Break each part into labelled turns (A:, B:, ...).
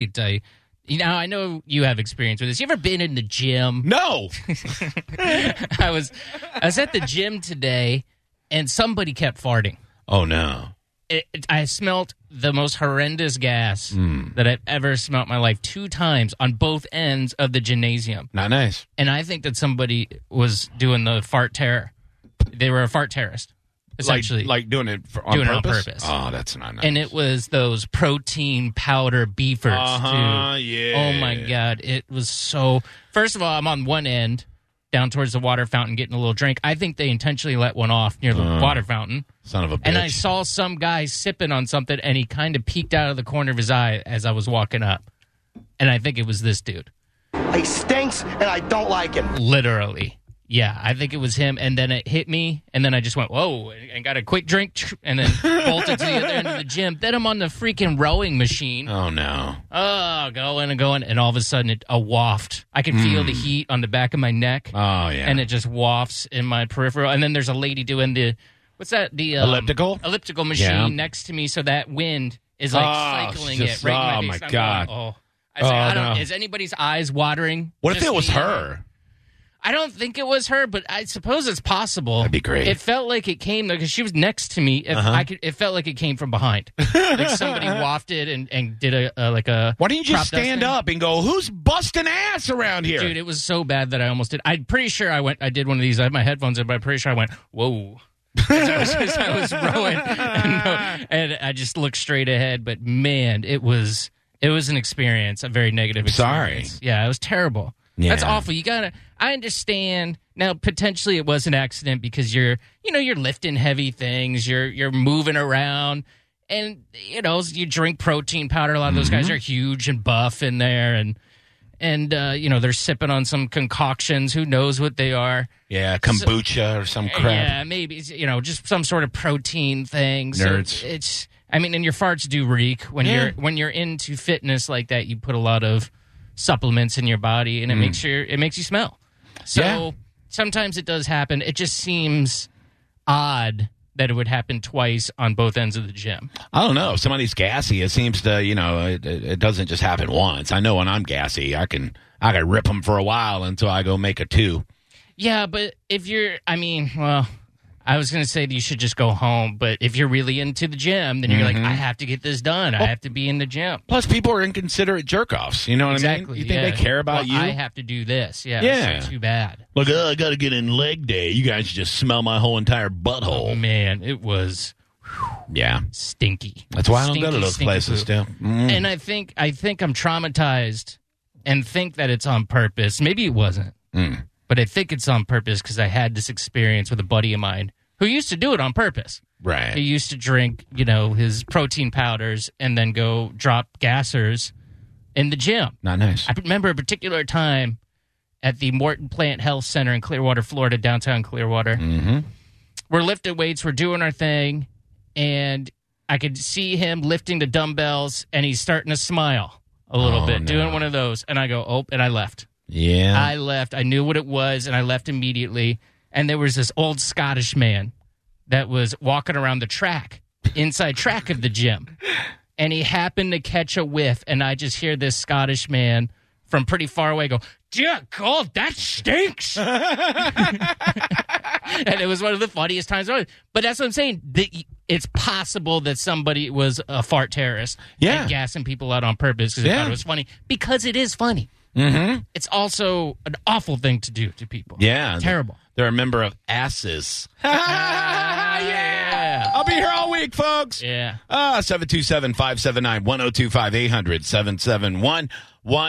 A: I, uh, you know, I know you have experience with this. You ever been in the gym?
B: No.
A: I was, I was at the gym today, and somebody kept farting.
B: Oh no.
A: It, it- I smelt the most horrendous gas
B: Hmm.
A: that I've ever smelt in my life two times on both ends of the gymnasium,
B: Not nice.
A: and I think that somebody was doing the fart terror. They were a fart terrorist, essentially.
B: like, like doing it for, on
A: Doing it on
B: purpose.
A: purpose.
B: Oh, that's not nice.
A: and it was those protein powder beefers too.
B: Uh-huh, yeah.
A: Oh my god, it was so. First of all, I'm on one end, down towards the water fountain, getting a little drink. I think they intentionally let one off near the water fountain,
B: Son of a Uh, bitch.
A: and I saw some guy sipping on something, and he kind of peeked out of the corner of his eye as I was walking up, and I think it was this dude.
C: He stinks and I don't like him.
A: Literally, yeah, I think it was him. And then it hit me, and then I just went whoa, and and got a quick drink, and then bolted to the other end of the gym. Then I'm on the freaking rowing machine.
B: oh no.
A: oh, going and going, and all of a sudden, it, a waft. I can feel the heat on the back of my neck,
B: Hmm. Oh yeah.
A: and it just wafts in my peripheral. And then there's a lady doing the what's that? The um,
B: Elliptical?
A: elliptical machine
B: Yeah.
A: next to me, so that wind is like
B: Oh,
A: cycling
B: it's just-
A: it right in
B: oh,
A: my face. And
B: my
A: I'm
B: God.
A: going, oh. I was like,
B: Oh,
A: I don't,
B: no.
A: Is anybody's eyes watering?
B: what if
A: Just
B: it was
A: the-
B: her?
A: I don't think it was her, but I suppose it's possible.
B: That'd be great. Uh-huh.
A: It felt like it came though, because she was next to me. If I could, it felt like it came from behind, like somebody wafted and, and did a, a like a.
B: Why didn't you just
A: prop
B: stand
A: dusting.
B: up and go, who's busting ass around here?
A: Dude, it was so bad that I almost did. I'm pretty sure I went. I did one of these. I had my headphones in, but I'm pretty sure I went. Whoa. As I was, as I was rowing, and, uh, and I just looked straight ahead. But man, it was it was an experience, a very negative.
B: Sorry.
A: Experience. Yeah, it was terrible. That's
B: Yeah.
A: awful. You gotta. I understand now. Potentially, it was an accident because you're you know you're lifting heavy things. You're you're moving around. And you know you drink protein powder. A lot of those guys are huge and buff in there, and and uh, you know they're sipping on some concoctions. Who knows what they are?
B: yeah, kombucha or some crap.
A: Yeah, uh, maybe it's, you know just some sort of protein thing. So
B: Nerds.
A: It's I mean, and your farts do reek when
B: Yeah.
A: you're when you're into fitness like that. You put a lot of supplements in your body, and it makes your it makes you smell. So
B: Mm. Yeah.
A: sometimes it does happen. It just seems odd that it would happen twice on both ends of the gym.
B: I don't know. If somebody's gassy, it seems to, you know, it, it it doesn't just happen once. I know when I'm gassy, I can I can rip them for a while until I go make a two.
A: Yeah, but if you're, I mean, well, I was going to say that you should just go home, but if you're really into the gym, then you're
B: Mm-hmm.
A: like, I have to get this done. I have to be in the gym.
B: Plus, people are inconsiderate jerk offs. You know what I mean? You think
A: yeah.
B: they care about
A: Well,
B: you?
A: I have to do this. Yeah.
B: Yeah.
A: so too bad.
B: Like, oh, I got to get in leg day. You guys just smell my whole entire
A: Oh,
B: butthole.
A: man, it was
B: Mm. Yeah.
A: stinky.
B: That's why I don't go to
A: Stinky,
B: those
A: stinky
B: places,
A: poop.
B: too. Mm.
A: And I think I think I'm traumatized and think that it's on purpose. Maybe it wasn't.
B: Hmm.
A: But I think it's on purpose because I had this experience with a buddy of mine who used to do it on purpose. He
B: Right.
A: used to drink, you know, his protein powders and then go drop gassers in the gym.
B: Not nice.
A: I remember a particular time at the Morton Plant Health Center in Clearwater, Florida, downtown Clearwater. Mm-hmm. We're lifting weights, we're doing our thing, and I could see him lifting the dumbbells and he's starting to smile a little
B: Oh,
A: bit,
B: no.
A: doing one of those. And I go, oh, and I left.
B: yeah.
A: I left. I knew what it was, and I left immediately. And there was this old Scottish man that was walking around the track, inside track of the gym. And he happened to catch a whiff, and I just hear this Scottish man from pretty far away go, Dear God, that stinks. and it was one of the funniest times. ever. But that's what I'm saying. The, it's possible that somebody was a fart terrorist
B: Yeah.
A: and gassing people out on purpose because they
B: Yeah.
A: thought it was funny because it is funny it's also an awful thing to do to people.
B: yeah.
A: Terrible.
B: They're a member of asses.
A: Yeah.
B: I'll be here all week, folks.
A: Yeah.
B: Ah, oh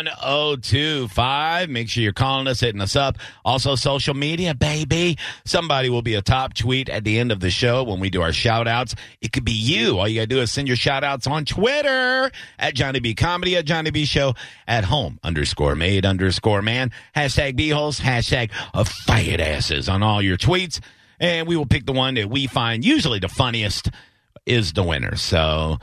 B: 727-579-1025-800-771-1025. Make sure you're calling us, hitting us up. Also, social media, baby. Somebody will be a top tweet at the end of the show when we do our shout outs. It could be you. All you got to do is send your shout outs on Twitter at Johnny B Comedy, at Johnny B Show, at home underscore made underscore man, hashtag beeholes, hashtag of fired asses on all your tweets. And we will pick the one that we find usually the funniest is the winner. So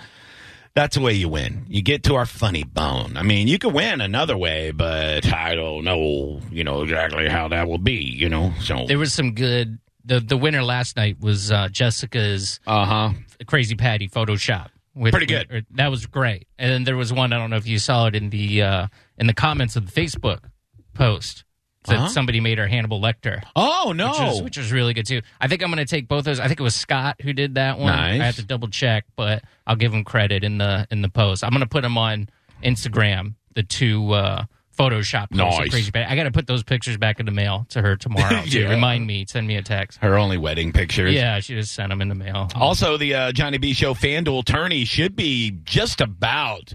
B: that's the way you win. You get to our funny bone. I mean, you could win another way, but I don't know, you know, exactly how that will be, you know. So
A: There was some good. The the winner last night was uh, Jessica's
B: uh huh.
A: Crazy Patty Photoshop. With,
B: Pretty good.
A: or- that was great. And then there was one I don't know if you saw it in the uh, in the comments of the Facebook post that
B: Uh-huh.
A: somebody made our Hannibal Lecter.
B: Oh
A: Which was,
B: no!
A: which was really good too. I think I'm going to take both those. I think it was Scott who did that one.
B: Nice.
A: I have to double check, but I'll give him credit in the in the post. I'm going to put them on Instagram. The two uh, Photoshop posts of
B: Nice.
A: crazy. Ba- I got to put those pictures back in the mail to her tomorrow. To
B: Yeah.
A: remind me, send me a text.
B: Her only wedding pictures.
A: Yeah, she just sent them in the mail.
B: Also, the uh, Johnny B. Show FanDuel tourney should be just about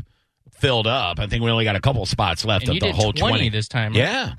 B: filled up. I think we only got a couple spots left
A: and
B: of
A: you
B: the
A: did
B: whole
A: 20, this time. right?
B: Yeah,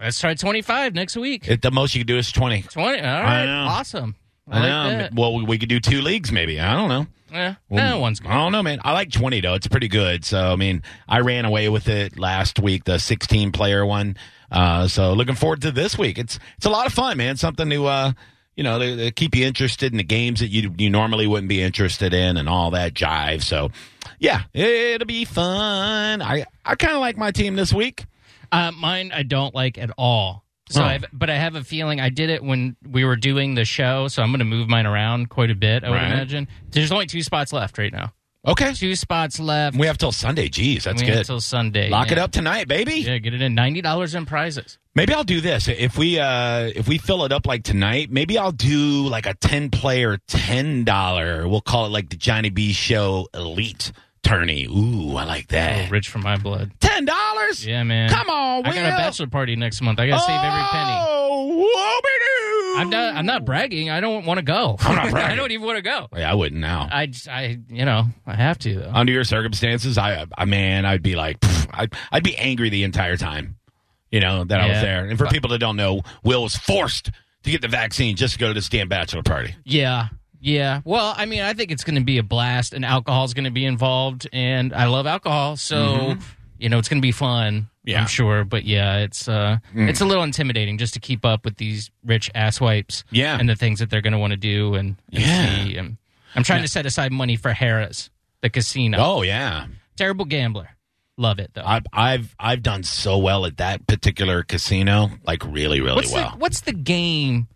A: Let's try 25 next week.
B: it, the most you can do is twenty.
A: 20. All
B: I
A: right.
B: know.
A: Awesome. I,
B: I
A: like
B: know.
A: that.
B: Well, we- we could do two leagues, maybe. I don't know.
A: Yeah.
B: Well,
A: no one's good.
B: I don't know, man. I like 20, though. It's pretty good. So, I mean, I ran away with it last week, the 16 player one. Uh, so, looking forward to this week. It's it's a lot of fun, man. Something to, uh, you know, to, to keep you interested in the games that you, you normally wouldn't be interested in and all that jive. So, yeah, it'll be fun. I, I kind of like my team this week.
A: Uh, mine I don't like at all. So,
B: Oh.
A: I've, but I have a feeling I did it when we were doing the show. So I'm going to move mine around quite a bit. I would
B: Right.
A: imagine there's only two spots left right now.
B: Okay.
A: Two spots left.
B: We have till Sunday. Jeez, that's
A: We have
B: good.
A: until Sunday.
B: Lock
A: yeah.
B: it up tonight, baby.
A: Yeah, get it in. Ninety dollars in prizes.
B: Maybe I'll do this if we uh if we fill it up like tonight. Maybe I'll do like a ten player ten dollar. We'll call it like the Johnny B Show Elite Tourney. Ooh, I like
A: Oh,
B: that.
A: rich for my blood.
B: Ten dollars?
A: Yeah, man.
B: Eh. Come on,
A: I got a
B: Will.
A: bachelor party next month. I got to save every penny.
B: Oh, whoopie-doo.
A: I'm not. I'm not bragging. I don't want to go.
B: I'm not
A: I
B: bragging.
A: don't even want to go.
B: Yeah, I wouldn't now.
A: I, just- I, you know, I have to though.
B: Under your circumstances, I, I man, I'd be like, pff, I'd, I'd be angry the entire time. You know that I was
A: Yeah.
B: there. And for people that don't know, Will was forced to get the vaccine just to go to this damn bachelor party.
A: Yeah. Yeah. Well, I mean, I think it's going to be a blast and alcohol's going to be involved and I love alcohol, so you know, it's going to be fun.
B: Mm-hmm. Yeah.
A: I'm sure, but yeah, it's uh it's a little intimidating just to keep up with these rich asswipes
B: Yeah.
A: and the things that they're going to want to do and, and
B: Yeah.
A: see. And I'm trying to set aside money for Harris, the casino.
B: Oh yeah.
A: Terrible gambler. Love it though.
B: I've I've I've done so well at that particular casino, like really, really
A: what's
B: well.
A: the, what's the game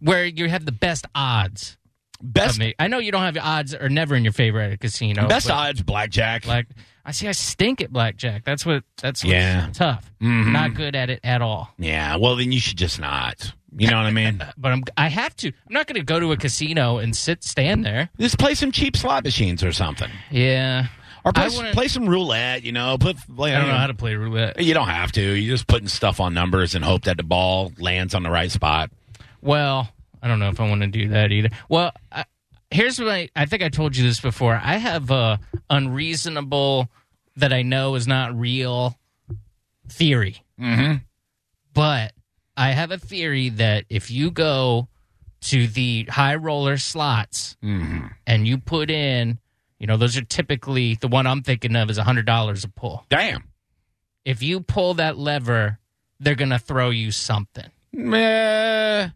A: where you have the best odds? of
B: best
A: me? I know you don't have odds or never in your favor at a casino.
B: best
A: but-
B: odds blackjack.
A: Like I see, I stink at blackjack. That's what. That's what's
B: Yeah.
A: tough. Not good at it at all.
B: yeah, well then you should just not. You know what I mean?
A: But I'm. I have to. I'm not going to go to a casino and sit stand there.
B: Just play some cheap slot machines or something,
A: Yeah.
B: or
A: I
B: play,
A: wouldn't-
B: play some roulette. You know, put play,
A: I don't know how to play roulette.
B: You don't have to. You're just putting stuff on numbers and hope that the ball lands on the right spot.
A: Well, I don't know if I want to do that either. Well, I, here's what I. I think I told you this before. I have a unreasonable that I know is not real theory.
B: Mm-hmm.
A: but I have a theory that if you go to the high roller slots
B: Mm-hmm.
A: and you put in, you know, those are typically the one I'm thinking of is hundred dollars a pull.
B: Damn.
A: If you pull that lever, they're gonna throw you something.
B: Meh.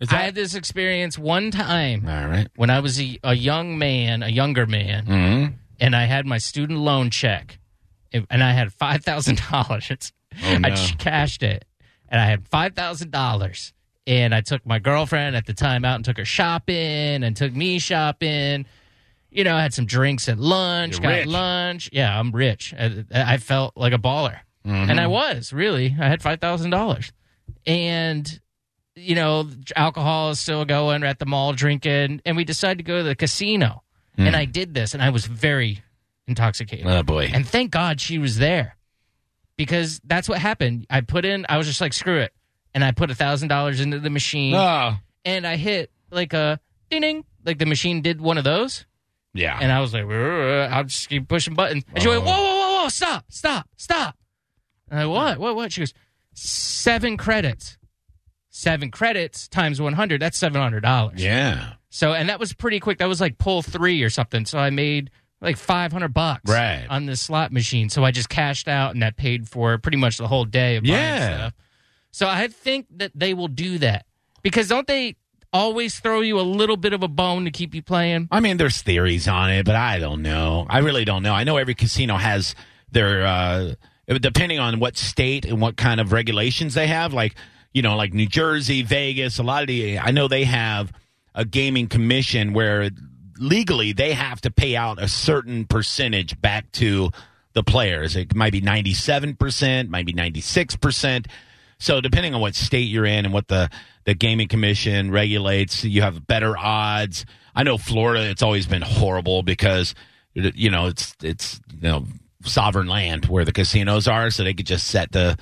B: Is
A: I
B: that
A: had this experience one time
B: all right?
A: when I was a, a young man, a younger man,
B: Mm-hmm.
A: and I had my student loan check, and and I had five thousand dollars.
B: Oh, no.
A: I just cashed it, and I had five thousand dollars. And I took my girlfriend at the time out and took her shopping, and took me shopping. You know, I had some drinks at lunch.
B: You're
A: got
B: rich.
A: lunch. Yeah, I'm rich. I, I felt like a baller,
B: Mm-hmm.
A: and I was really. I had five thousand dollars, and you know, alcohol is still going. We're at the mall drinking, and we decided to go to the casino.
B: Mm.
A: And I did this, and I was very intoxicated.
B: Mm-hmm. Oh boy.
A: And thank God she was there because that's what happened. I put in, I was just like, screw it. And I put a $1,000 into the machine
B: Oh.
A: and I hit like a ding ding. Like the machine did one of those.
B: Yeah.
A: And I was like, "Rrr, I'll just keep pushing buttons. And she went,
B: Oh.
A: whoa, whoa, whoa, whoa, stop, stop, stop. And I, what, what, what? She goes, seven credits. Seven credits times 100, that's $700.
B: yeah.
A: So, and that was pretty quick. That was like pull three or something. So I made like 500 bucks
B: Right.
A: on the slot machine. So I just cashed out and that paid for pretty much the whole day of
B: Yeah.
A: buying stuff. So I think that they will do that because don't they always throw you a little bit of a bone to keep you playing?
B: I mean, there's theories on it, but I don't know. I really don't know. I know every casino has their, uh, depending on what state and what kind of regulations they have, like, you know, like New Jersey, Vegas, a lot of the, I know they have a gaming commission where legally they have to pay out a certain percentage back to the players. It might be 97%, might be 96%. So depending on what state you're in and what the, the gaming commission regulates, you have better odds. I know Florida, it's always been horrible because you know it's it's you know sovereign land where the casinos are, so they could just set the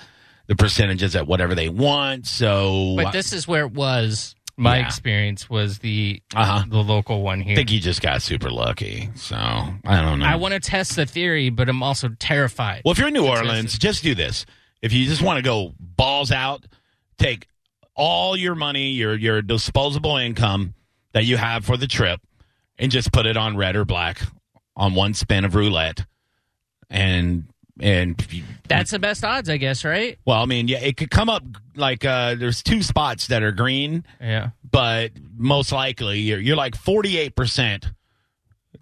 B: the percentages at whatever they want. So
A: But this is where it was. My
B: Yeah.
A: experience was the
B: Uh-huh.
A: the local one
B: I
A: here.
B: think you just got super lucky. So I don't know.
A: I want to test the theory, but I'm also terrified.
B: Well, if you're in New Orleans, just do this. If you just want to go balls out, take all your money, your your disposable income that you have for the trip, and just put it on red or black on one spin of roulette, and and
A: That's the best odds, I guess, right?
B: well, I mean, yeah, it could come up like uh, there's two spots that are green,
A: Yeah.
B: but most likely you're you're like 48 percent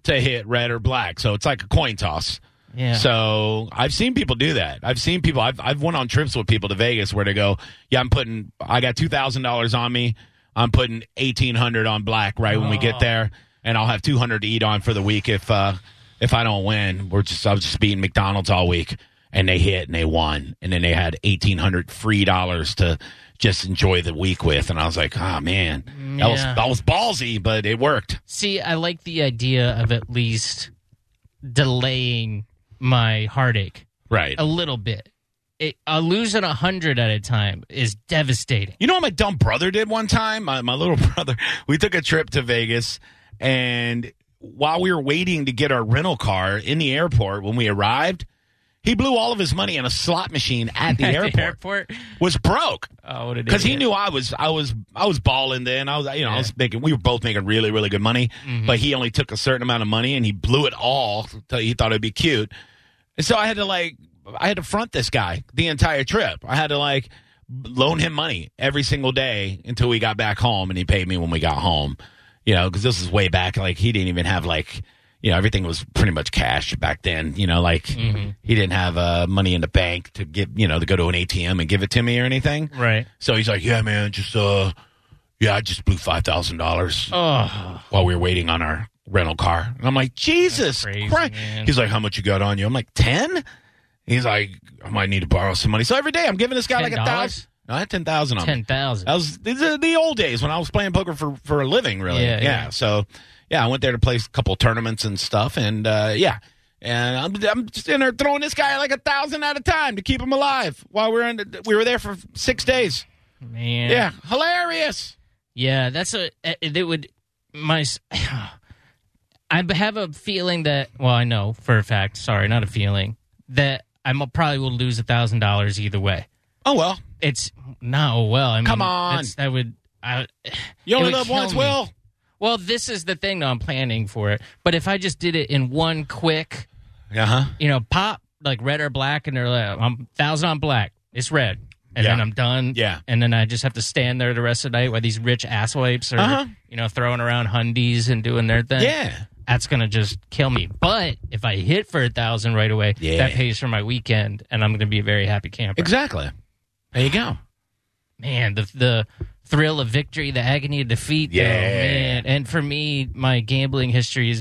B: to hit red or black, so it's like a coin toss.
A: Yeah.
B: So I've seen people do that. I've seen people. I've I've went on trips with people to Vegas where they go, yeah, I'm putting. I got two thousand dollars on me. I'm putting eighteen hundred on black right when we
A: Oh.
B: get there, and I'll have two hundred to eat on for the week if uh if I don't win. We're just I was just eating McDonald's all week, and they hit and they won, and then they had eighteen hundred free dollars to just enjoy the week with, and I was like, oh man, that was
A: Yeah.
B: that was ballsy, but it worked.
A: See, I like the idea of at least delaying my heartache
B: Right.
A: a little bit. It, uh, losing a hundred at a time is devastating.
B: You know what my dumb brother did one time? My, my little brother, we took a trip to Vegas, and while we were waiting to get our rental car in the airport when we arrived, he blew all of his money in a slot machine at the
A: At
B: airport.
A: The airport.
B: Was broke
A: Oh, what an
B: because he
A: idiot.
B: knew I was I was I was balling then. I was you know I was making we were both making really really good money, but he only took a certain amount of money and he blew it all. So He thought it'd be cute, and so I had to like I had to front this guy the entire trip. I had to like loan him money every single day until we got back home, and he paid me when we got home. You know, because this is way back. Like he didn't even have like you know everything was pretty much cash back then. You know, like
A: Mm-hmm.
B: he didn't have uh, money in the bank to give you know to go to an ATM and give it to me or anything.
A: Right.
B: So he's like, "Yeah, man, just uh, yeah, I just blew five thousand dollars
A: Oh,
B: while we were waiting on our rental car." And I'm like,
A: That's
B: "Jesus
A: crazy,
B: Christ!"
A: man.
B: He's like, "How much you got on you?" I'm like, 10? He's like, "I might need to borrow some money." So every day I'm giving this guy like a
A: $10?
B: thousand. No, I had ten thousand on. me.
A: ten thousand.
B: That was these are the old days when I was playing poker for for a living, really.
A: Yeah, yeah.
B: So, yeah, I went there to play a couple tournaments and stuff, and uh, yeah, and I'm, I'm just in there throwing this guy like a thousand at a time to keep him alive while we're in. The, we were there for six days.
A: Man.
B: Yeah, hilarious.
A: Yeah, that's a it would my s- I have a feeling that well, I know for a fact, sorry, not a feeling that I'm probably will lose a thousand dollars either way.
B: Oh well,
A: It's no, well, I mean,
B: Come on.
A: that's- that would I,
B: you
A: It
B: only
A: would
B: live
A: kill
B: once,
A: me.
B: Will.
A: well, this is the thing. Though, I'm planning for it, but if I just did it in one quick,
B: Uh huh.
A: you know, pop like red or black, and they're like, I'm thousand on black, it's red. And
B: Yeah.
A: then I'm done.
B: Yeah.
A: And then I just have to stand there the rest of the night while these rich asswipes are,
B: Uh-huh.
A: you know, throwing around hundies and doing their thing.
B: Yeah.
A: that's gonna just kill me. But if I hit for a thousand right away,
B: Yeah.
A: that pays for my weekend, and I'm gonna be a very happy camper.
B: Exactly. There you go.
A: Man, the the thrill of victory, the agony of defeat. though,
B: Yeah.
A: man. And for me, my gambling history is